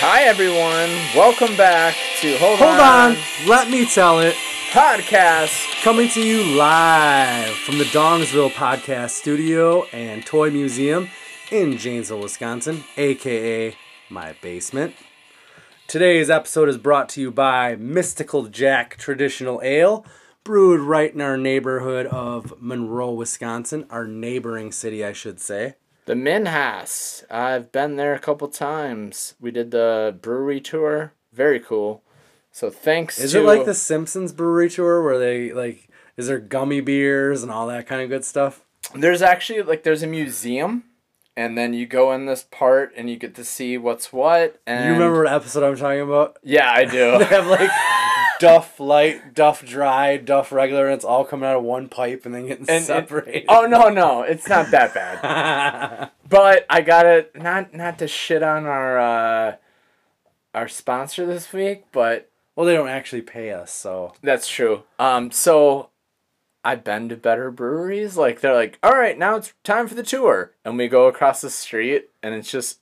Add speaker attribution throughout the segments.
Speaker 1: Hi everyone, welcome back to Hold,
Speaker 2: Hold on, let me tell it.
Speaker 1: podcast.
Speaker 2: Coming to you live from the Dongsville Podcast Studio and Toy Museum in Janesville, Wisconsin, aka my basement. Today's episode is brought to you by Mystical Jack Traditional Ale, brewed right in our neighborhood of Monroe, Wisconsin, our neighboring city, I should say.
Speaker 1: The Minhas. I've been there a couple times. We did the brewery tour. Very cool. So thanks
Speaker 2: Is
Speaker 1: to
Speaker 2: it like the Simpsons brewery tour where they like is there gummy beers and all that kind of good stuff?
Speaker 1: there's actually like there's a museum and then you go in this part and you get to see what's what and
Speaker 2: You remember what episode I'm talking about?
Speaker 1: Yeah, I do.
Speaker 2: They have like Duff light, Duff dry, Duff regular, and it's all coming out of one pipe and then getting
Speaker 1: and it-
Speaker 2: separated.
Speaker 1: oh no, no, it's not that bad. but I gotta not not to shit on our uh, our sponsor this week, but
Speaker 2: well, they don't actually pay us, so
Speaker 1: that's true. Um, so I've been to better breweries. Like they're like, all right, now it's time for the tour, and we go across the street, and it's just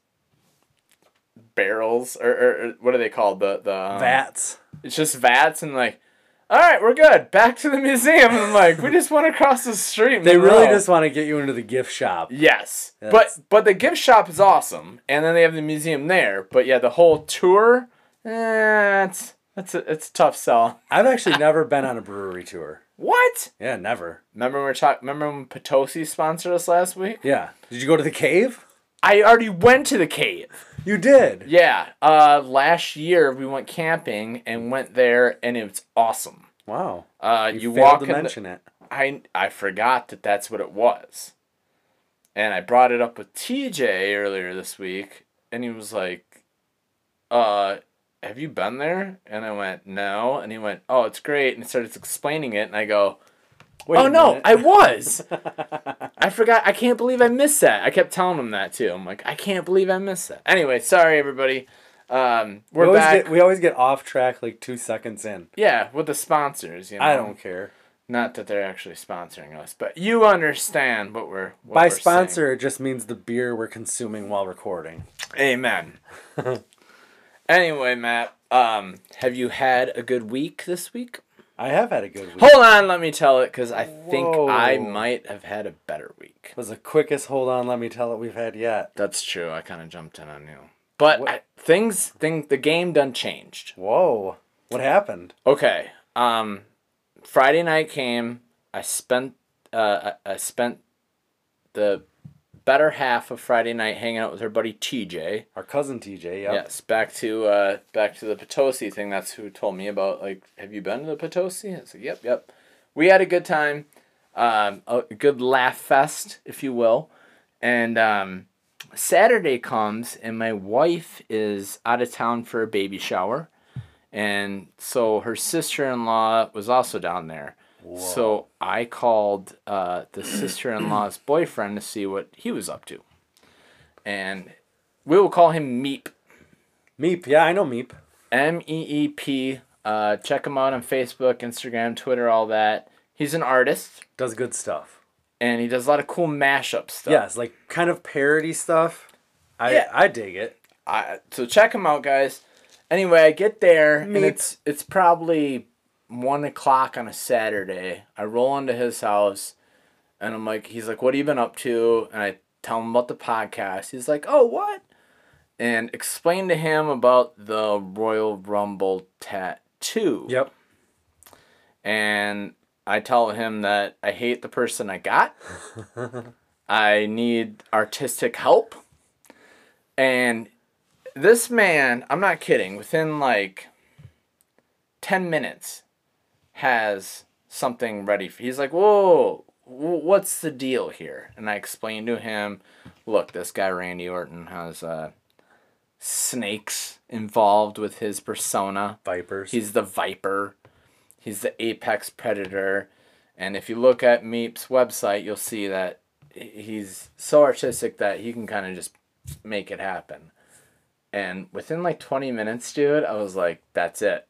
Speaker 1: barrels or, or, or what are they called? The the um,
Speaker 2: vats.
Speaker 1: it's just vats and like. All right, we're good. Back to the museum. And I'm like, we just went across the street.
Speaker 2: They really
Speaker 1: Monroe."
Speaker 2: just want to get you into the gift shop.
Speaker 1: Yes,
Speaker 2: That's-
Speaker 1: but but the gift shop is awesome, and then they have the museum there. But yeah, the whole tour, eh, it's it's a, it's a tough sell.
Speaker 2: I've actually never been on a brewery tour.
Speaker 1: What?
Speaker 2: Yeah, never.
Speaker 1: Remember when we talking? Remember when Potosi sponsored us last week?
Speaker 2: Yeah. Did you go to the cave?
Speaker 1: I already went to the cave.
Speaker 2: You did.
Speaker 1: Yeah, uh, last year we went camping and went there, and it's awesome.
Speaker 2: Wow.
Speaker 1: Uh, you, walk
Speaker 2: Failed to
Speaker 1: in the- Oh,
Speaker 2: mention it.
Speaker 1: I I forgot that that's what it was, and I brought it up with TJ earlier this week, and he was like, "Uh, have you been there?" And I went, "No," and he went, "Oh, it's great," and he started explaining it, and I go,
Speaker 2: Wait
Speaker 1: "Oh
Speaker 2: a
Speaker 1: no,
Speaker 2: minute.
Speaker 1: I was. I forgot. I can't believe I missed that." I kept telling him that too. I'm like, "I can't believe I missed that." Anyway, sorry everybody. Um,
Speaker 2: we
Speaker 1: we're
Speaker 2: always
Speaker 1: back.
Speaker 2: get we always get off track like two seconds in.
Speaker 1: yeah, with the sponsors. You know?
Speaker 2: I don't care.
Speaker 1: Not that they're actually sponsoring us, but you understand what we're what
Speaker 2: By
Speaker 1: we're
Speaker 2: sponsor, it just means the beer we're consuming while recording.
Speaker 1: saying. Amen. anyway, Matt, um, have you had a good week this week?
Speaker 2: I have had a good week.
Speaker 1: Hold on, let me tell it because I think I
Speaker 2: Whoa.
Speaker 1: might have had a better week.
Speaker 2: was the quickest hold on let me tell it we've had yet.
Speaker 1: That's true. I kind of jumped in on you, but
Speaker 2: What-
Speaker 1: I, things thing the game done changed.
Speaker 2: Whoa. What happened?
Speaker 1: Okay. Um, Friday night came. I spent uh, I, I spent the better half of Friday night hanging out with her buddy TJ.
Speaker 2: Our cousin TJ, yeah.
Speaker 1: Yes, back to uh, back to the Potosi thing. That's who told me about like, have you been to the Potosi? I said, yep, yep. We had a good time, um, a good laugh fest, if you will. And um, Saturday comes, and my wife is out of town for a baby shower, and so her sister in law was also down there. So I called uh, the sister in law's boyfriend to see what he was up to, and we will call him Meep.
Speaker 2: Meep, yeah, I know Meep.
Speaker 1: M E E P. Uh, check him out on Facebook, Instagram, Twitter, all that. He's an artist
Speaker 2: Does good stuff.
Speaker 1: and he does a lot of cool mashup stuff.
Speaker 2: Yes, like kind of parody stuff. I
Speaker 1: Yeah.
Speaker 2: I dig it.
Speaker 1: I, so check him out, guys. Anyway, I get there and
Speaker 2: Meep.
Speaker 1: it's it's probably one o'clock on a Saturday. I roll into his house and I'm like, he's like, "What have you been up to?" And I tell him about the podcast. He's like, "Oh, what?" And explain to him about the Royal Rumble tattoo.
Speaker 2: Yep.
Speaker 1: and I tell him that I hate the person I got. I need artistic help. And this man, I'm not kidding, within like 10 minutes has something ready. For, he's like, whoa, wh- what's the deal here? And I explained to him, look, this guy Randy Orton has uh, snakes involved with his persona.
Speaker 2: Vipers.
Speaker 1: He's the Viper. He's the apex predator. And if you look at Meep's website, you'll see that he- he's so artistic that he can kind of just make it happen. And within like 20 minutes, dude, I was like, that's it.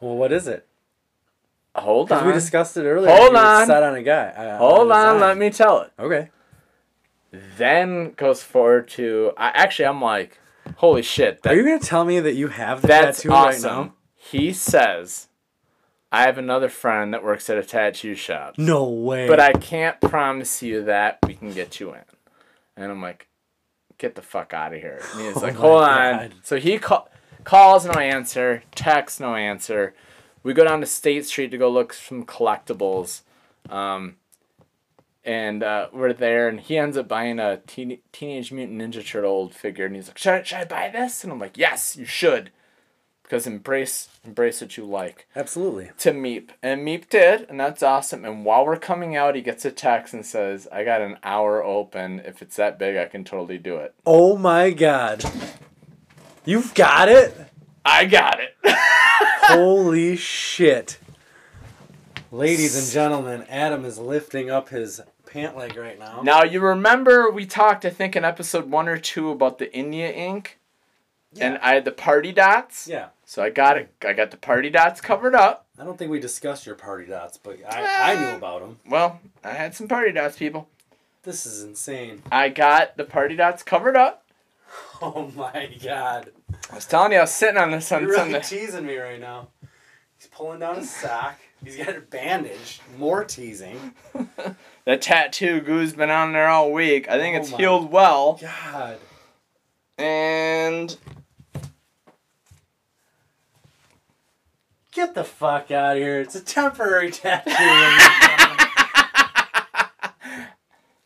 Speaker 2: well, what is it?
Speaker 1: Hold
Speaker 2: Because
Speaker 1: on.
Speaker 2: we discussed it earlier.
Speaker 1: Hold
Speaker 2: You were
Speaker 1: on.
Speaker 2: Set on a guy. uh,
Speaker 1: Hold
Speaker 2: a
Speaker 1: on,
Speaker 2: design.
Speaker 1: let me tell it.
Speaker 2: Okay.
Speaker 1: Then goes forward to I actually I'm like, Holy shit! That,
Speaker 2: Are you gonna tell me that you have the
Speaker 1: that's
Speaker 2: tattoo
Speaker 1: awesome.
Speaker 2: right now?
Speaker 1: He says, "I have another friend that works at a tattoo shop,
Speaker 2: No way.
Speaker 1: but I can't promise you that we can get you in." And I'm like, "Get the fuck out of here!" And he's like,
Speaker 2: Oh my
Speaker 1: "Hold
Speaker 2: God.
Speaker 1: on." So he call, calls, no answer. Texts, no answer. We go down to State Street to go look some collectibles. Um, and uh, we're there, and he ends up buying a teen- Teenage Mutant Ninja Turtle old figure, and he's like, should I, should I buy this? And I'm like, yes, you should, because embrace embrace what you like.
Speaker 2: Absolutely.
Speaker 1: To Meep, and Meep did, and that's awesome. And while we're coming out, he gets a text and says, I got an hour open. If it's that big, I can totally do it.
Speaker 2: Oh my god. You've got it?
Speaker 1: I got it.
Speaker 2: Holy shit. Ladies and gentlemen, Adam is lifting up his pant leg right now.
Speaker 1: now you remember we talked, I think, in episode one or two about the India ink, and I had the party dots.
Speaker 2: Yeah.
Speaker 1: So I got it. I got the party dots covered up.
Speaker 2: I don't think we discussed your party dots, but I, I knew about them.
Speaker 1: Well, I had some party dots, people.
Speaker 2: This is insane.
Speaker 1: I got the party dots covered up.
Speaker 2: Oh my god.
Speaker 1: I was telling you, I was sitting on this on
Speaker 2: You're really
Speaker 1: Sunday.
Speaker 2: teasing me right now. He's pulling down his sock. He's got a bandage. More teasing.
Speaker 1: The tattoo goo's been on there all week. I think
Speaker 2: Oh
Speaker 1: it's
Speaker 2: my.
Speaker 1: healed well.
Speaker 2: God.
Speaker 1: And
Speaker 2: Get the fuck out of here. It's a temporary tattoo.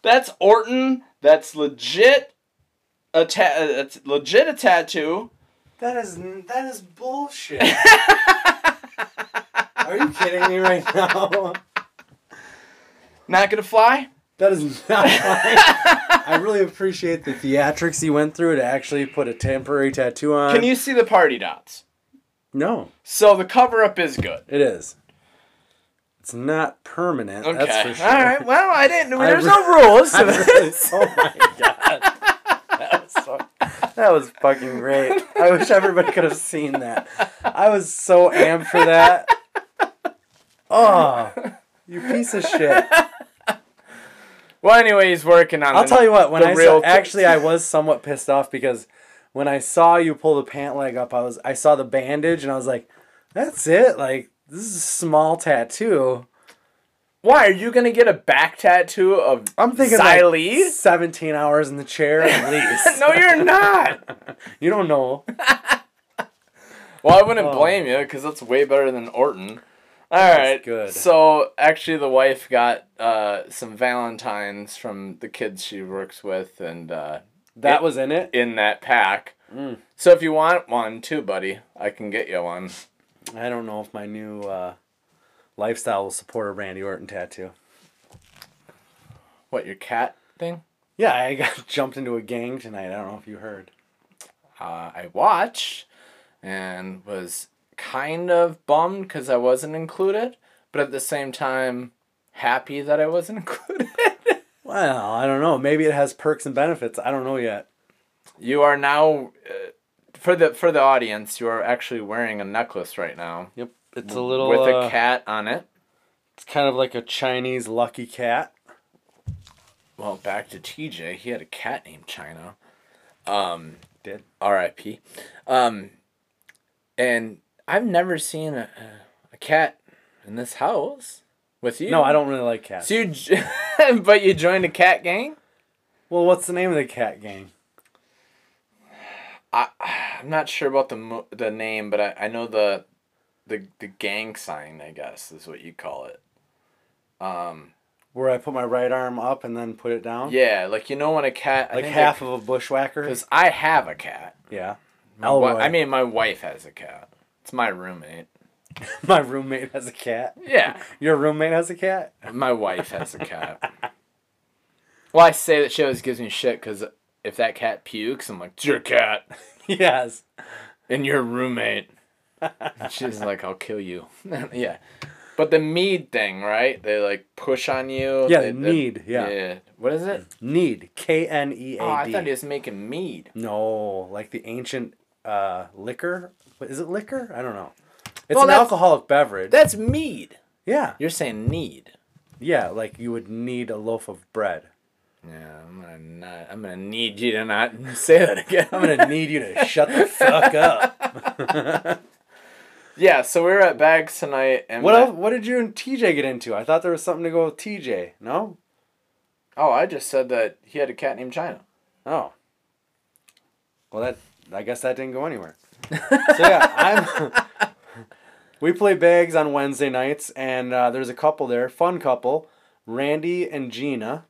Speaker 1: that's Orton. That's legit. A ta- uh, that's legit a tattoo.
Speaker 2: that is that is bullshit. Are you kidding me right now?
Speaker 1: Not gonna fly.
Speaker 2: That is not right. I really appreciate the theatrics you went through to actually put a temporary tattoo on.
Speaker 1: Can you see the party dots?
Speaker 2: No,
Speaker 1: So the cover up is good.
Speaker 2: it is. It's not permanent.
Speaker 1: Okay.
Speaker 2: That's for sure.
Speaker 1: All right. Well, I didn't.
Speaker 2: I
Speaker 1: There's
Speaker 2: re-
Speaker 1: no rules. to
Speaker 2: I really-
Speaker 1: this.
Speaker 2: oh my god. That was, so, that was fucking great. I wish everybody could have seen that. I was so amped for that. Oh, you piece of shit.
Speaker 1: Well, anyway, he's working on.
Speaker 2: I'll tell you what, when
Speaker 1: the
Speaker 2: I
Speaker 1: real
Speaker 2: saw, actually I was somewhat pissed off because when I saw you pull the pant leg up, I was I saw the bandage and I was like, that's it. Like this is a small tattoo.
Speaker 1: Why are you gonna get a back tattoo of
Speaker 2: I'm thinking
Speaker 1: Xylee?
Speaker 2: like 17 hours in the chair at least.
Speaker 1: no, you're not.
Speaker 2: You don't know.
Speaker 1: Well, I wouldn't
Speaker 2: Oh.
Speaker 1: blame you because that's way better than Orton. All right.
Speaker 2: good.
Speaker 1: So actually, the wife got uh, some Valentines from the kids she works with, and uh,
Speaker 2: That
Speaker 1: It-
Speaker 2: was in it.
Speaker 1: in that pack. So if you want one too, buddy, I can get you one.
Speaker 2: I don't know if my new uh, lifestyle will support a Randy Orton tattoo.
Speaker 1: What your cat thing?
Speaker 2: Yeah, I got jumped into a gang tonight. I don't know if you heard.
Speaker 1: Uh, I watched and was kind of bummed because I wasn't included, but at the same time happy that I wasn't included.
Speaker 2: Well, I don't know. Maybe it has perks and benefits. I don't know yet.
Speaker 1: You are now, uh, for the for the audience, you are actually wearing a necklace right now
Speaker 2: Yep, it's a little uh,
Speaker 1: with a uh, cat on it.
Speaker 2: It's kind of like a Chinese lucky cat.
Speaker 1: Well, back to TJ, he had a cat named China,
Speaker 2: Did
Speaker 1: R.I.P. Um, and I've never seen a, a cat in this house with you.
Speaker 2: no, I don't really like cats.
Speaker 1: So you, j- but you joined a cat gang.
Speaker 2: Well, what's the name of the cat gang?
Speaker 1: I'm not sure about the mo- the name, but I, I know the, the the gang sign. I guess is what you call it.
Speaker 2: Where I put my right arm up and then put it down,
Speaker 1: Yeah, like you know when a cat I
Speaker 2: like
Speaker 1: think
Speaker 2: half of a bushwhacker.
Speaker 1: Because I have a cat.
Speaker 2: Yeah,
Speaker 1: My wi-
Speaker 2: Elroy.
Speaker 1: I mean, my wife has a cat. It's my roommate.
Speaker 2: my roommate has a cat.
Speaker 1: Yeah,
Speaker 2: Your roommate has a cat.
Speaker 1: my wife has a cat. Well, I say that she always gives me shit because if that cat pukes, I'm like, it's your cat
Speaker 2: yes.
Speaker 1: and your roommate. And she's like, I'll kill you. yeah. But the mead thing, right? They like push on you.
Speaker 2: Yeah,
Speaker 1: They- they-
Speaker 2: need, yeah.
Speaker 1: What is it?
Speaker 2: Need K N E A D.
Speaker 1: Oh, I thought he was making mead.
Speaker 2: No, like the ancient uh, liquor. What, is it liquor? I don't know. It's
Speaker 1: Well,
Speaker 2: an
Speaker 1: that's-
Speaker 2: alcoholic beverage.
Speaker 1: That's mead.
Speaker 2: yeah,
Speaker 1: You're saying need.
Speaker 2: yeah. Like you would need a loaf of bread.
Speaker 1: Yeah, I'm gonna not. I'm gonna need you to not say that again.
Speaker 2: I'm gonna need you to shut the fuck up.
Speaker 1: yeah, so we were at Bags tonight, and
Speaker 2: What
Speaker 1: that-
Speaker 2: else, What did you and TJ get into? I thought there was something to go with TJ. No.
Speaker 1: Oh, I just said that he had a cat named China.
Speaker 2: Oh. Well, that I guess that didn't go anywhere. so yeah, I'm. we play bags on Wednesday nights, and uh, there's a couple there, fun couple, Randy and Gina.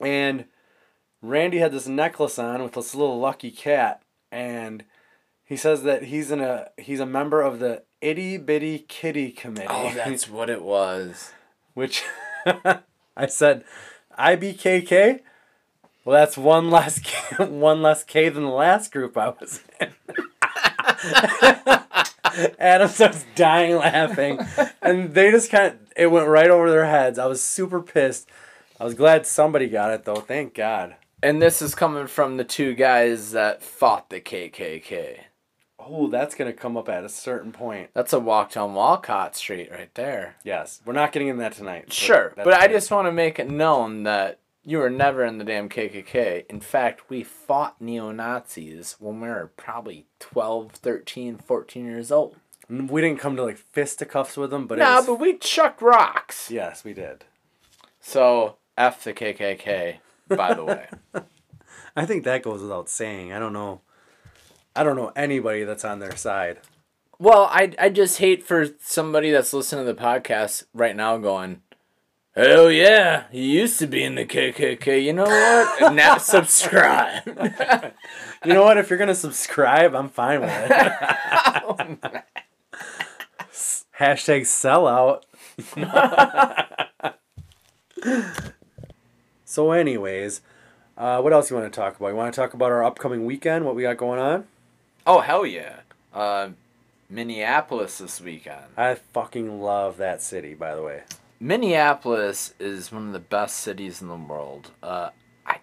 Speaker 2: And Randy had this necklace on with this little lucky cat, and he says that he's in a he's a member of the itty bitty kitty committee.
Speaker 1: Oh, what it was.
Speaker 2: which I said IBKK. Well, that's one less K, one less K than the last group I was in. Adam starts dying laughing, and they just kind of it went right over their heads. I was super pissed. I was glad somebody got it though. Thank God.
Speaker 1: And this is coming from the two guys that fought the KKK.
Speaker 2: Oh, that's gonna come up at a certain point.
Speaker 1: That's a walk down Walcott Street right there.
Speaker 2: Yes, we're not getting in that tonight. but
Speaker 1: Sure,
Speaker 2: that's
Speaker 1: but I
Speaker 2: fine.
Speaker 1: just want to make it known that you were never in the damn KKK. In fact, we fought neo Nazis when we were probably 12, 13, 14 years old.
Speaker 2: we didn't come to like fisticuffs with them, but it
Speaker 1: Nah,
Speaker 2: was-
Speaker 1: but we chucked rocks.
Speaker 2: yes, we did.
Speaker 1: So, F the KKK, by the way.
Speaker 2: I think that goes without saying. I don't know. I don't know anybody that's on their side.
Speaker 1: Well, I I just hate for somebody that's listening to the podcast right now going, "Oh yeah, he used to be in the KKK." You know what? And now subscribe.
Speaker 2: You know what? If you're gonna subscribe, I'm fine with it. S- Hashtag sellout. so, anyways, uh, what else you want to talk about? You want to talk about our upcoming weekend? What we got going on?
Speaker 1: oh hell yeah! Uh, Minneapolis this weekend.
Speaker 2: I fucking love that city, by the way.
Speaker 1: Minneapolis is one of the best cities in the world. Uh, I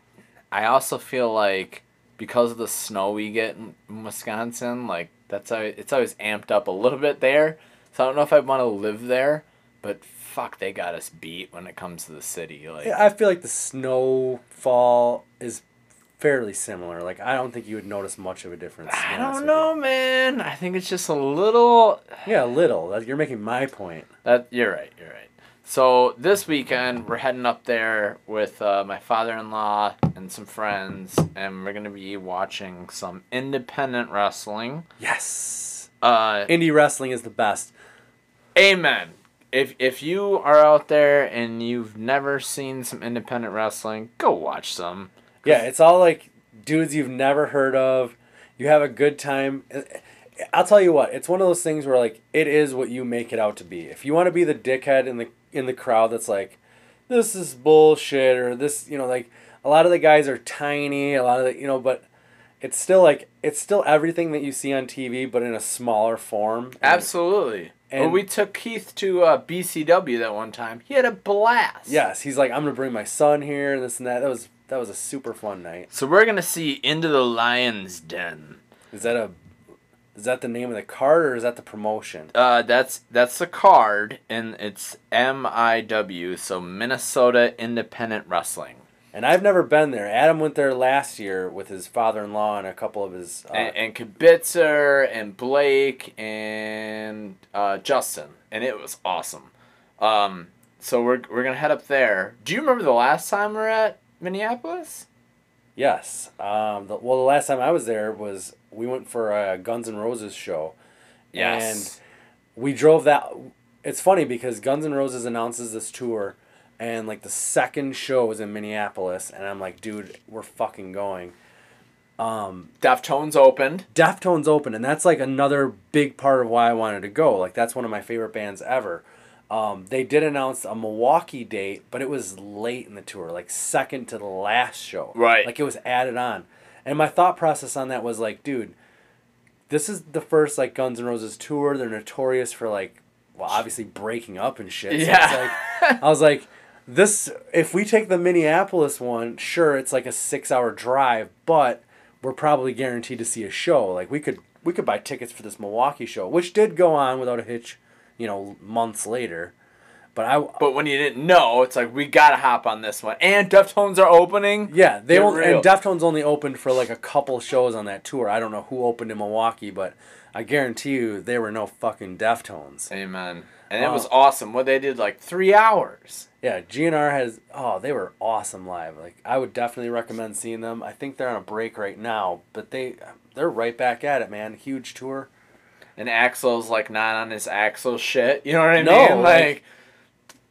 Speaker 1: I also feel like because of the snow we get in in Wisconsin, like that's how it's always amped up a little bit there. So I don't know if I want to live there, but fuck, they got us beat when it comes to the city. Like
Speaker 2: I feel like the snowfall is fairly similar. Like I don't think you would notice much of a difference. to be
Speaker 1: I
Speaker 2: honest
Speaker 1: don't
Speaker 2: with you.
Speaker 1: know, man. I think it's just a little.
Speaker 2: Yeah, a little. That- You're making my point.
Speaker 1: That you're right. You're right. So this weekend we're heading up there with uh, my father-in-law and some friends, and we're gonna be watching some independent wrestling.
Speaker 2: Yes.
Speaker 1: Uh,
Speaker 2: Indie wrestling is the best.
Speaker 1: amen. If if you are out there and you've never seen some independent wrestling, go watch some.
Speaker 2: Yeah, it's all like dudes you've never heard of. You have a good time. I'll tell you what, it's one of those things where like it is what you make it out to be. If you want to be the dickhead in the in the crowd that's like, this is bullshit or this, you know, like a lot of the guys are tiny, a lot of the, you know, but it's still like it's still everything that you see on TV but in a smaller form.
Speaker 1: Absolutely.
Speaker 2: And-
Speaker 1: well, we took Keith to uh, BCW that one time. He had a blast.
Speaker 2: Yes, he's like I'm going to bring my son here and this and that. That was that was a super fun night.
Speaker 1: So we're gonna see Into the Lion's Den.
Speaker 2: Is that a is that the name of the card or is that the promotion?
Speaker 1: Uh, that's that's the card, and it's M I W, so Minnesota Independent Wrestling.
Speaker 2: And I've never been there. Adam went there last year with his father-in-law and a couple of his. Uh,
Speaker 1: and, and Kibitzer and Blake and uh, Justin, and it was awesome. Um, so we're we're gonna head up there. Do you remember the last time we we're at Minneapolis?
Speaker 2: yes. Um, the, well, the last time I was there was we went for a Guns N' Roses show.
Speaker 1: Yes.
Speaker 2: And we drove that. It's funny because Guns N' Roses announces this tour, and like the second show was in Minneapolis, and I'm like, dude, we're fucking going.
Speaker 1: Deftones opened.
Speaker 2: Deftones open, and that's like another big part of why I wanted to go. Like that's one of my favorite bands ever. Um, they did announce a Milwaukee date, but it was late in the tour, like second to the last show.
Speaker 1: Right.
Speaker 2: Like it was added on, and my thought process on that was like, dude, this is the first like Guns N' Roses tour. They're notorious for like, well, obviously breaking up and shit. it's
Speaker 1: Yeah.
Speaker 2: like- I was like, this. If we take the Minneapolis one, sure, it's like a six-hour drive, but we're probably guaranteed to see a show. Like we could we could buy tickets for this Milwaukee show, which did go on without a hitch, you know, months later. But I
Speaker 1: But when you didn't know, it's like we gotta hop on this one. And Deftones are opening.
Speaker 2: yeah, they
Speaker 1: Get
Speaker 2: won't,
Speaker 1: real.
Speaker 2: and Deftones only opened for like a couple shows on that tour. I don't know who opened in Milwaukee, but I guarantee you there were no fucking Deftones.
Speaker 1: Amen. And it was awesome. What they did like three hours.
Speaker 2: Yeah, GNR has oh, they were awesome live. Like I would definitely recommend seeing them. I think they're on a break right now, but they they're right back at it, man. Huge tour.
Speaker 1: And Axel's like not on his Axel shit. You know what I
Speaker 2: No,
Speaker 1: mean?
Speaker 2: like-
Speaker 1: Like,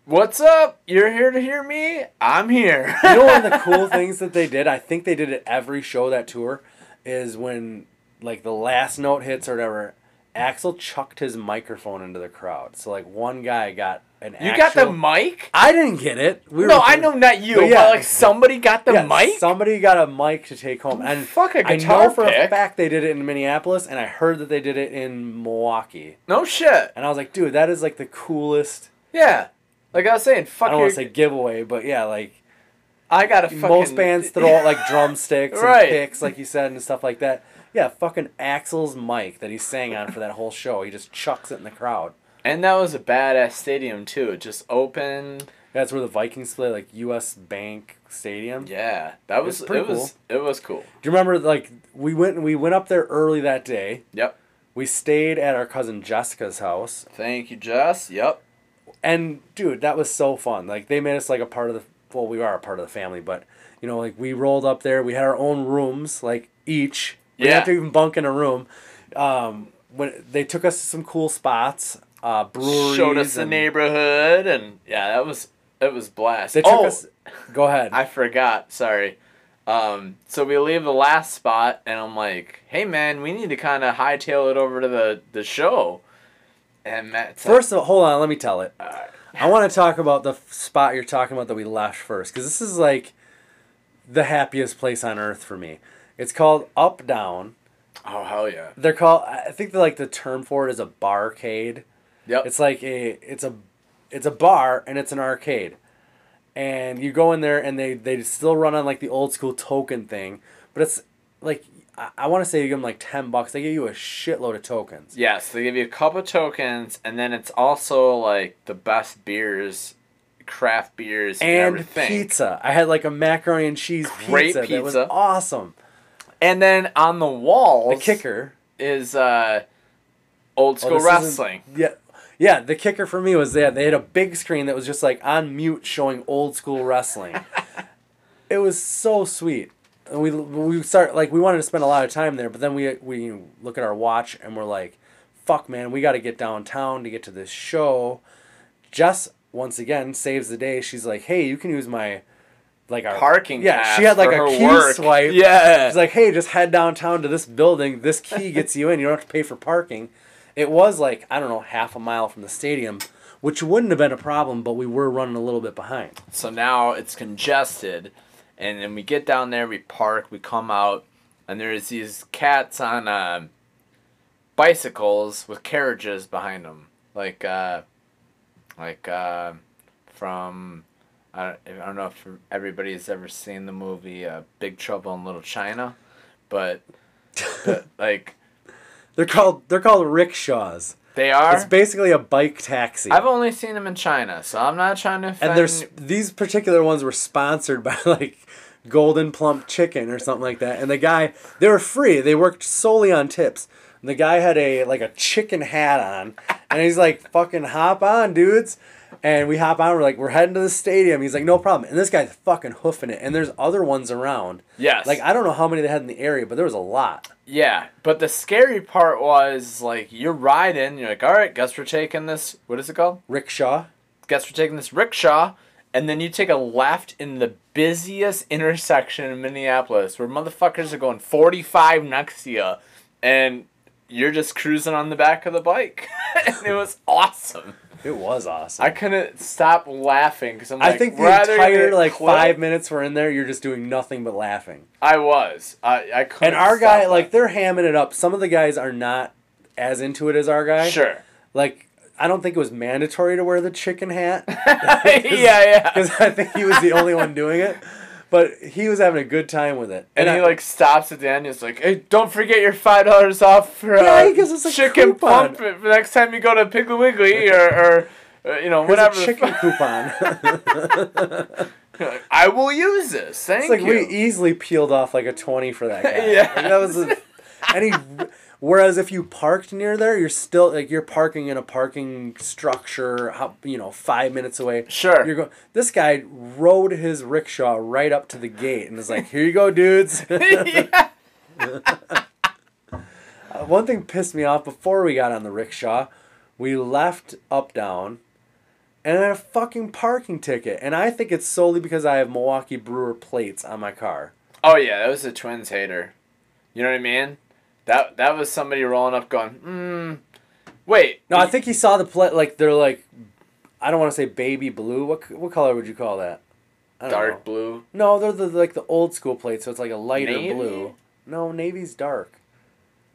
Speaker 1: what's up? You're here to hear me? I'm here.
Speaker 2: You know one of the cool things that they did? I think they did it every show that tour is when like the last note hits or whatever, Axel chucked his microphone into the crowd. So like one guy got an
Speaker 1: you got the
Speaker 2: actual-
Speaker 1: mic?
Speaker 2: I didn't get it. We
Speaker 1: No, I know not you,
Speaker 2: But
Speaker 1: but,
Speaker 2: yeah.
Speaker 1: like somebody got the
Speaker 2: Yeah,
Speaker 1: mic?
Speaker 2: Somebody got a mic to take home, and
Speaker 1: Fuck, a
Speaker 2: I know
Speaker 1: guitar
Speaker 2: for a
Speaker 1: pick.
Speaker 2: fact they did it in Minneapolis, and I heard that they did it in Milwaukee.
Speaker 1: No shit.
Speaker 2: And I was like, dude, that is like the coolest.
Speaker 1: Yeah. Like I was saying, fuck
Speaker 2: I don't want to
Speaker 1: your-
Speaker 2: say giveaway, but yeah, like
Speaker 1: I got a fucking
Speaker 2: most bands throw out like drumsticks
Speaker 1: Right.
Speaker 2: and picks, like you said, and stuff like that. Yeah, fucking Axel's mic that he sang on for that whole show, he just chucks it in the crowd.
Speaker 1: And that was a badass stadium too. Just open.
Speaker 2: That's where the Vikings play, like U.S. Bank Stadium.
Speaker 1: Yeah. That was
Speaker 2: It's pretty
Speaker 1: it was it was cool.
Speaker 2: Do you remember like we went we went up there early that day?
Speaker 1: Yep.
Speaker 2: We stayed at our cousin Jessica's house,
Speaker 1: Thank you, Jess. Yep.
Speaker 2: and dude, that was so fun. Like they made us like a part of the well, we are a part of the family, but you know, like we rolled up there. We had our own rooms, like each. We didn't have to
Speaker 1: Yeah.
Speaker 2: even bunk in a room. Um, when they took us to some cool spots, uh, breweries.
Speaker 1: Showed us the
Speaker 2: and
Speaker 1: neighborhood and yeah, that was it was blast.
Speaker 2: They took
Speaker 1: oh,
Speaker 2: us. Go ahead.
Speaker 1: I forgot. Sorry. Um, so we leave the last spot, and I'm like, "Hey, man, we need to kind of hightail it over to the the show." And Matt's
Speaker 2: First of all, hold on. Let me tell it.
Speaker 1: like, "Alright."
Speaker 2: I want to talk about the f- spot you're talking about that we left first, because this is like the happiest place on earth for me. It's called Up Down.
Speaker 1: "Oh hell yeah!"
Speaker 2: They're called. I think the, like the term for it is a barcade.
Speaker 1: Yep.
Speaker 2: It's like a it's a it's a bar and it's an arcade. And you go in there and they they still run on like the old school token thing, but it's like I, I want to say you give them like 10 bucks. They give you a shitload of tokens.
Speaker 1: yes, they give you a couple tokens, and then it's also like the best beers, craft beers, and,
Speaker 2: And
Speaker 1: everything.
Speaker 2: pizza. I had like a macaroni and cheese
Speaker 1: Great
Speaker 2: pizza, that was
Speaker 1: pizza.
Speaker 2: awesome.
Speaker 1: And then on the walls,
Speaker 2: The kicker.
Speaker 1: is uh, old
Speaker 2: Oh,
Speaker 1: school
Speaker 2: this isn't-
Speaker 1: wrestling.
Speaker 2: Yeah. Yeah, the kicker for me was that they had a big screen that was just like on mute showing old school wrestling. it was so sweet. And we we start like we wanted to spend a lot of time there, but then we we look at our watch and we're like, "Fuck, man, we got to get downtown to get to this show." Jess once again saves the day. She's like, "Hey, you can use my like our
Speaker 1: Parking.
Speaker 2: Yeah,
Speaker 1: pass
Speaker 2: she had like
Speaker 1: for
Speaker 2: a
Speaker 1: her
Speaker 2: key
Speaker 1: work.
Speaker 2: swipe.
Speaker 1: Yeah.
Speaker 2: It's like, hey, just head downtown to this building. This key gets you in. You don't have to pay for parking. It was like, I don't know, half a mile from the stadium, which wouldn't have been a problem, but we were running a little bit behind.
Speaker 1: So now it's congested, and then we get down there, we park, we come out, and there's these cats on um bicycles with carriages behind them, like uh, like uh, from I don't, I don't know if everybody's ever seen the movie uh, Big Trouble in Little China, but, but like
Speaker 2: They're called they're called rickshaws.
Speaker 1: they are.
Speaker 2: It's basically a bike taxi.
Speaker 1: I've only seen them in China, so I'm not trying to. Offend
Speaker 2: and there's these particular ones were sponsored by like Golden Plump Chicken or something like that. And the guy they were free. They worked solely on tips. And the guy had a like a chicken hat on, and he's like, "Fucking hop on, dudes." And we hop on. We're like, "We're heading to the stadium." He's like, "No problem." And this guy's fucking hoofing it. And there's other ones around.
Speaker 1: yes.
Speaker 2: Like I don't know how many they had in the area, but there was a lot.
Speaker 1: Yeah, but the scary part was like you're riding, you're like, all right, guess we're taking this. What is it called?
Speaker 2: Rickshaw.
Speaker 1: Guess we're taking this rickshaw, and then you take a left in the busiest intersection in Minneapolis, where motherfuckers are going 45 next to you, and you're just cruising on the back of the bike, and it was awesome.
Speaker 2: It was awesome.
Speaker 1: I couldn't stop laughing because I'm like,
Speaker 2: I think the
Speaker 1: we're either
Speaker 2: entire
Speaker 1: gonna
Speaker 2: like
Speaker 1: quit-
Speaker 2: five minutes we're in there, you're just doing nothing but laughing.
Speaker 1: I was, I I couldn't.
Speaker 2: And our
Speaker 1: stop
Speaker 2: guy,
Speaker 1: laughing.
Speaker 2: like, they're hamming it up. Some of the guys are not as into it as our guy.
Speaker 1: sure,
Speaker 2: Like, I don't think it was mandatory to wear the chicken hat
Speaker 1: yeah, yeah.
Speaker 2: because I think he was the only one doing it. But he was having a good time with it.
Speaker 1: And, he
Speaker 2: I-
Speaker 1: like stops at the end. He's like, "Hey, don't forget your five dollars off for uh,
Speaker 2: he gives us a
Speaker 1: chicken
Speaker 2: coupon.
Speaker 1: pump next time you go to Piggly Wiggly or, or Uh, you know,
Speaker 2: Here's
Speaker 1: whatever.
Speaker 2: a
Speaker 1: the
Speaker 2: chicken
Speaker 1: fuck.
Speaker 2: coupon.
Speaker 1: I will use this. Thank
Speaker 2: it's like
Speaker 1: you.
Speaker 2: we easily peeled off like a twenty for that guy.
Speaker 1: Yeah.
Speaker 2: Like, that was a, any. Whereas if you parked near there, you're still like you're parking in a parking structure, how- you know, five minutes away.
Speaker 1: Sure.
Speaker 2: You're going. This guy rode his rickshaw right up to the gate and was like, "Here you go, dudes."
Speaker 1: yeah.
Speaker 2: One thing pissed me off before we got on the rickshaw, we left up down, and I had a fucking parking ticket. And I think it's solely because I have Milwaukee Brewer plates on my car.
Speaker 1: Oh yeah, that was a Twins hater. You know what I mean? That that was somebody rolling up, going, mm, "Wait,
Speaker 2: No, I think he saw the plate. Like they're like, I don't want to say baby blue. What c- what color would you call that? I don't
Speaker 1: dark
Speaker 2: Know.
Speaker 1: blue."
Speaker 2: No, they're the like the old school plates, so it's like a lighter
Speaker 1: Navy?
Speaker 2: blue. No, navy's dark.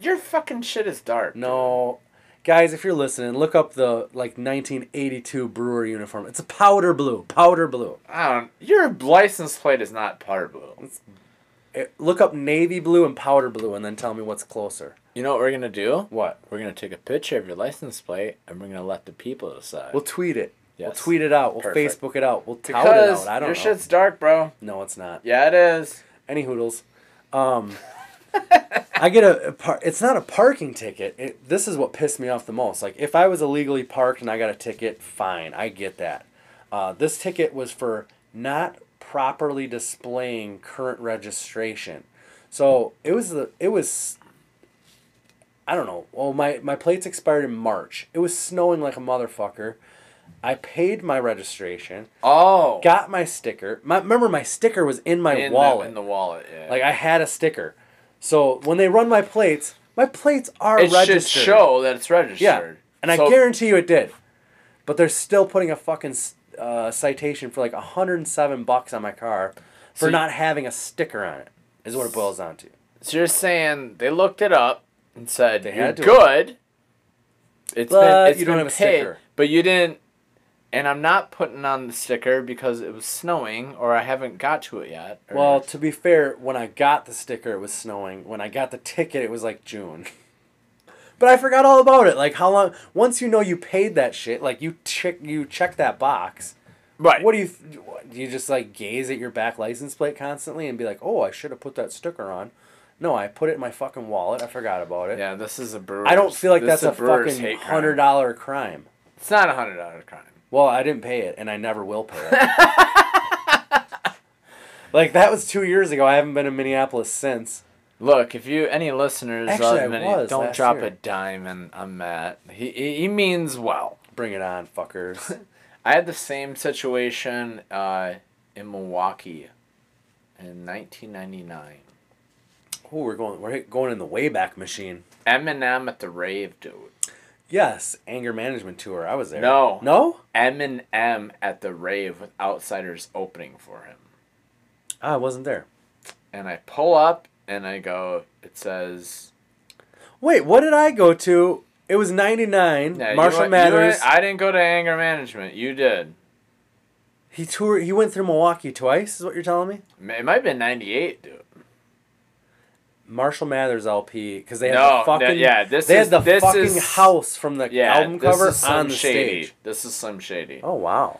Speaker 1: Your fucking shit is dark.
Speaker 2: No, guys, if you're listening, look up the like 1982 Brewer uniform. It's a powder blue. Powder blue.
Speaker 1: I don't. Your license plate is not powder blue.
Speaker 2: Eh, look up navy blue and powder blue and then tell me what's closer.
Speaker 1: You know what we're gonna do?
Speaker 2: What?
Speaker 1: We're gonna take a picture of your license plate and we're gonna let the people decide.
Speaker 2: We'll tweet it. We'll
Speaker 1: Yes.
Speaker 2: tweet it out. We'll
Speaker 1: Perfect.
Speaker 2: Facebook it out. We'll tout
Speaker 1: because
Speaker 2: it out. I don't
Speaker 1: your
Speaker 2: know.
Speaker 1: shit's dark, bro.
Speaker 2: No, it's not.
Speaker 1: Yeah, it is.
Speaker 2: Any hoodles. Um, I get a, a par- it's not a parking ticket. It, this is what pissed me off the most. Like if I was illegally parked and I got a ticket, fine, I get that. Uh, this ticket was for not properly displaying current registration. So it was the it was I don't know. Well, my my plates expired in March. It was snowing like a motherfucker. I paid my registration,
Speaker 1: Oh,
Speaker 2: got my sticker. My, remember, my sticker was in my
Speaker 1: in
Speaker 2: wallet.
Speaker 1: The, in the wallet. Yeah.
Speaker 2: Like I had a sticker. So when they run my plates, my plates are
Speaker 1: it
Speaker 2: registered.
Speaker 1: should show that it's registered.
Speaker 2: Yeah, and
Speaker 1: So-
Speaker 2: I guarantee you it did. But they're still putting a fucking uh, citation for like 107 bucks on my car for
Speaker 1: you-
Speaker 2: not having a sticker on it. Is what it boils down to.
Speaker 1: So you're saying they looked it up and said
Speaker 2: They
Speaker 1: you're
Speaker 2: had to.
Speaker 1: good. It's
Speaker 2: But
Speaker 1: been it's
Speaker 2: you don't
Speaker 1: been
Speaker 2: have a
Speaker 1: paid,
Speaker 2: sticker."
Speaker 1: but you didn't. And I'm not putting on the sticker because it was snowing or I haven't got to it yet. or-
Speaker 2: Well, to be fair, when I got the sticker, it was snowing. When I got the ticket, it was like June. But I forgot all about it. Like how long? Once you know you paid that shit, like you check you check that box.
Speaker 1: right.
Speaker 2: What do you th- what, do? You just like gaze at your back license plate constantly and be like, "Oh, I should have put that sticker on." No, I put it in my fucking wallet. I forgot about it.
Speaker 1: yeah, this is a brewer.
Speaker 2: I don't feel like that's a fucking hundred dollar crime.
Speaker 1: It's not a hundred dollar crime.
Speaker 2: Well, I didn't pay it, and I never will pay it. like that was two years ago. I haven't been in Minneapolis since.
Speaker 1: Look, if you any listeners
Speaker 2: Actually,
Speaker 1: out
Speaker 2: I
Speaker 1: of Minne-
Speaker 2: was
Speaker 1: don't
Speaker 2: last
Speaker 1: drop
Speaker 2: year.
Speaker 1: a dime and I'm Matt. He, he he means well.
Speaker 2: Bring it on, fuckers.
Speaker 1: I had the same situation uh, in Milwaukee in 1999.
Speaker 2: oh, we're going. We're going in the wayback machine.
Speaker 1: Eminem at the rave, dude.
Speaker 2: Yes, anger management tour. I was there.
Speaker 1: No.
Speaker 2: No.
Speaker 1: Eminem at the rave with outsiders opening for him.
Speaker 2: I wasn't there.
Speaker 1: And I pull up and I go, it says.
Speaker 2: Wait, what did I go to? It was 99.
Speaker 1: Yeah, you
Speaker 2: Marshall
Speaker 1: went- you
Speaker 2: Mathers.
Speaker 1: went- I didn't go to anger management. You did.
Speaker 2: he toured he went through Milwaukee twice, is what you're telling me?
Speaker 1: It might have been 98, dude.
Speaker 2: Marshall Mathers LP cuz they had
Speaker 1: No,
Speaker 2: the fucking
Speaker 1: no, yeah, this
Speaker 2: they
Speaker 1: is-
Speaker 2: had the
Speaker 1: this
Speaker 2: fucking
Speaker 1: is-
Speaker 2: house from the
Speaker 1: Yeah,
Speaker 2: album
Speaker 1: this
Speaker 2: cover
Speaker 1: is Slim
Speaker 2: on the
Speaker 1: Shady.
Speaker 2: stage.
Speaker 1: This is Slim Shady.
Speaker 2: Oh wow.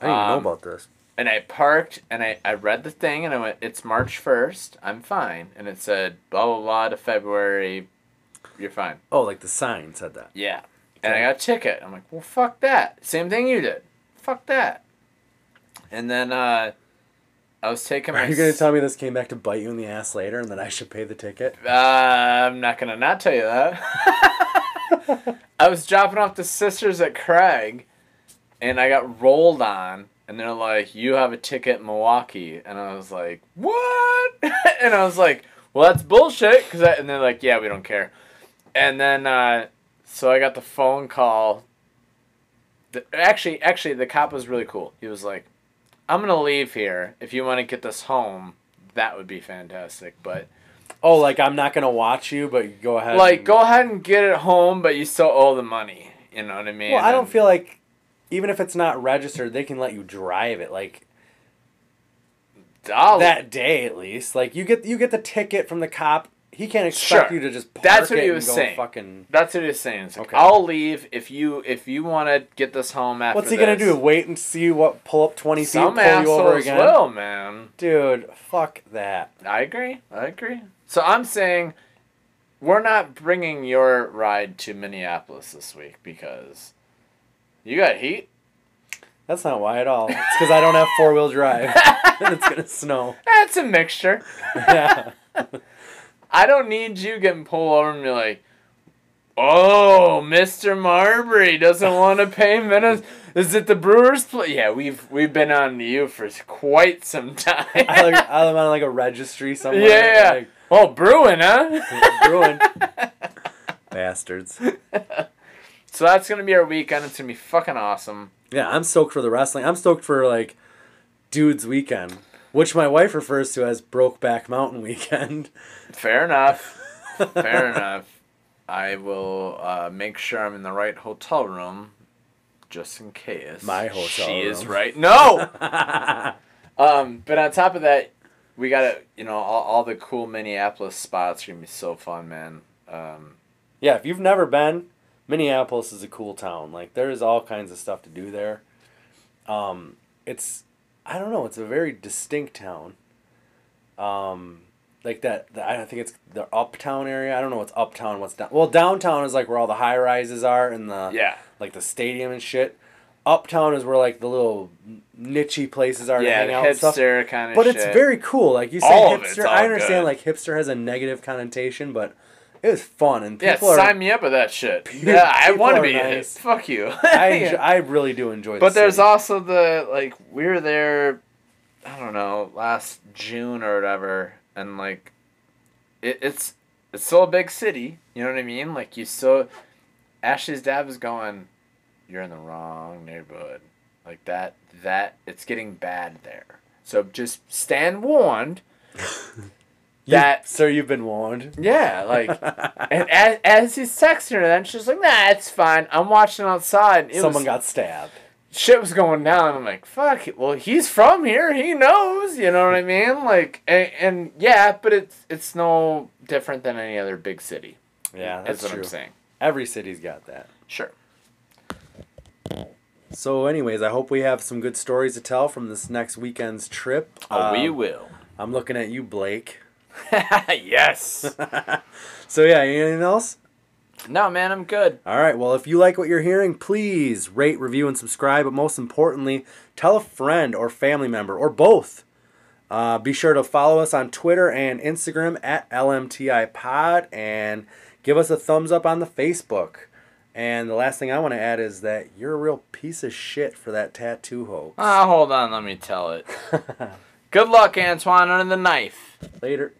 Speaker 2: I didn't even
Speaker 1: Um,
Speaker 2: know about this.
Speaker 1: and I parked and I, I read the thing and I went, it's March 1st, I'm fine. And it said, blah, blah, blah to February, you're fine.
Speaker 2: Oh, like the sign said that.
Speaker 1: Yeah. And I
Speaker 2: Okay.
Speaker 1: got a ticket. I'm like, well, fuck that. Same thing you did. Fuck that. And then uh, I was taking my.
Speaker 2: Are you going to tell me this came back to bite you in the ass later and that I should pay the ticket?
Speaker 1: Uh, I'm not gonna not tell you that. I was dropping off the sisters at Craig, and I got rolled on, and they're like, "You have a ticket, in Milwaukee," and I was like, "What?" and I was like, "Well, that's bullshit," cause I, and they're like, "Yeah, we don't care." And then, uh, so I got the phone call. The, actually, actually, the cop was really cool. He was like, "I'm gonna leave here. If you want to get this home, that would be fantastic, but."
Speaker 2: Oh, like I'm not going to watch you, but you go ahead.
Speaker 1: like
Speaker 2: and-
Speaker 1: go ahead and get it home, but you still owe the money. You know what I mean?
Speaker 2: Well, I don't
Speaker 1: And-
Speaker 2: feel like even if it's not registered, they can let you drive it. Like
Speaker 1: I'll- Oh.
Speaker 2: that day at least. Like you get you get the ticket from the cop he can't expect
Speaker 1: Sure.
Speaker 2: you to just park
Speaker 1: That's what
Speaker 2: it
Speaker 1: he
Speaker 2: and
Speaker 1: was
Speaker 2: go
Speaker 1: saying.
Speaker 2: fucking.
Speaker 1: That's what he's saying. It's like,
Speaker 2: Okay.
Speaker 1: I'll leave if you if you want to get this home after.
Speaker 2: What's he gonna
Speaker 1: this.
Speaker 2: do? Wait and see what pull up twenty feet,
Speaker 1: Some
Speaker 2: pull you
Speaker 1: assholes
Speaker 2: over again,
Speaker 1: will, man.
Speaker 2: dude. Fuck that.
Speaker 1: I agree. I agree. So I'm saying we're not bringing your ride to Minneapolis this week because you got heat.
Speaker 2: That's not why at all. It's because I don't have four wheel drive. and it's gonna snow.
Speaker 1: That's a mixture.
Speaker 2: Yeah.
Speaker 1: I don't need you getting pulled over and be like, "Oh, Mister Marbury doesn't want to pay minutes. Is it the Brewers play?" Yeah, we've we've been on to you for quite some time.
Speaker 2: I like, I'm on like a registry somewhere.
Speaker 1: yeah.
Speaker 2: like,
Speaker 1: oh, brewing, huh?
Speaker 2: ruined. Bastards.
Speaker 1: so that's gonna be our weekend. It's gonna be fucking awesome.
Speaker 2: Yeah, I'm stoked for the wrestling. I'm stoked for like Dude's Weekend, which my wife refers to as Brokeback Mountain Weekend.
Speaker 1: Fair enough. Fair enough. I will uh, make sure I'm in the right hotel room, just in case.
Speaker 2: My hotel
Speaker 1: She is
Speaker 2: room.
Speaker 1: right. No. um, but on top of that, we got to you know all, all the cool Minneapolis spots are gonna be so fun, man. Um,
Speaker 2: Yeah, if you've never been, Minneapolis is a cool town. Like there is all kinds of stuff to do there. Um, it's I don't know, it's a very distinct town. Um, like that, the, I think it's the uptown area. I don't know what's uptown, what's down. Well, downtown is like where all the high rises are and the
Speaker 1: yeah.
Speaker 2: like the stadium and shit. Uptown is where like the little nichey places are
Speaker 1: Yeah,
Speaker 2: to
Speaker 1: the
Speaker 2: hang out and stuff.
Speaker 1: hipster kind of.
Speaker 2: But it's very cool. Like you say,
Speaker 1: All of it's
Speaker 2: hipster.
Speaker 1: all
Speaker 2: I understand
Speaker 1: good.
Speaker 2: like hipster has a negative connotation, but it was fun and
Speaker 1: Yeah,
Speaker 2: people are.
Speaker 1: sign me up with that shit.
Speaker 2: People-
Speaker 1: Yeah, I
Speaker 2: people
Speaker 1: want to
Speaker 2: are
Speaker 1: be.
Speaker 2: nice.
Speaker 1: Fuck you.
Speaker 2: I, enjoy, I really do enjoy.
Speaker 1: But
Speaker 2: the
Speaker 1: there's
Speaker 2: city.
Speaker 1: also the like we were there, I don't know, last June or whatever, and like, it, it's it's still a big city. You know what I mean? Like you still, Ashley's dad was going, you're in the wrong neighborhood. Like that that it's getting bad there. So just stand warned.
Speaker 2: You-
Speaker 1: that-
Speaker 2: sir, you've been warned.
Speaker 1: Yeah, like, and as, as he's texting her, then she's like, "Nah, it's fine. I'm watching outside." It
Speaker 2: Someone
Speaker 1: was-
Speaker 2: got stabbed.
Speaker 1: shit was going down. I'm like, fuck. Well, he's from here. He knows. You know what I mean? Like, and, and yeah, but it's it's no different than any other big city.
Speaker 2: Yeah,
Speaker 1: That's
Speaker 2: that's,
Speaker 1: what
Speaker 2: true.
Speaker 1: I'm saying.
Speaker 2: Every city's got that.
Speaker 1: Sure.
Speaker 2: So, anyways, I hope we have some good stories to tell from this next weekend's trip.
Speaker 1: Oh, we
Speaker 2: Um,
Speaker 1: will.
Speaker 2: I'm looking at you, Blake.
Speaker 1: yes.
Speaker 2: So yeah, anything else?
Speaker 1: no, man, I'm good.
Speaker 2: All right. Well, if you like what you're hearing, please rate, review, and subscribe. But most importantly, tell a friend or family member or both. Uh, be sure to follow us on Twitter and Instagram at LMTI Pod and give us a thumbs up on the Facebook. And the last thing I want to add is that you're a real piece of shit for that tattoo hoax.
Speaker 1: Ah, hold on. Let me tell it. good luck, Antoine, under the knife.
Speaker 2: Later.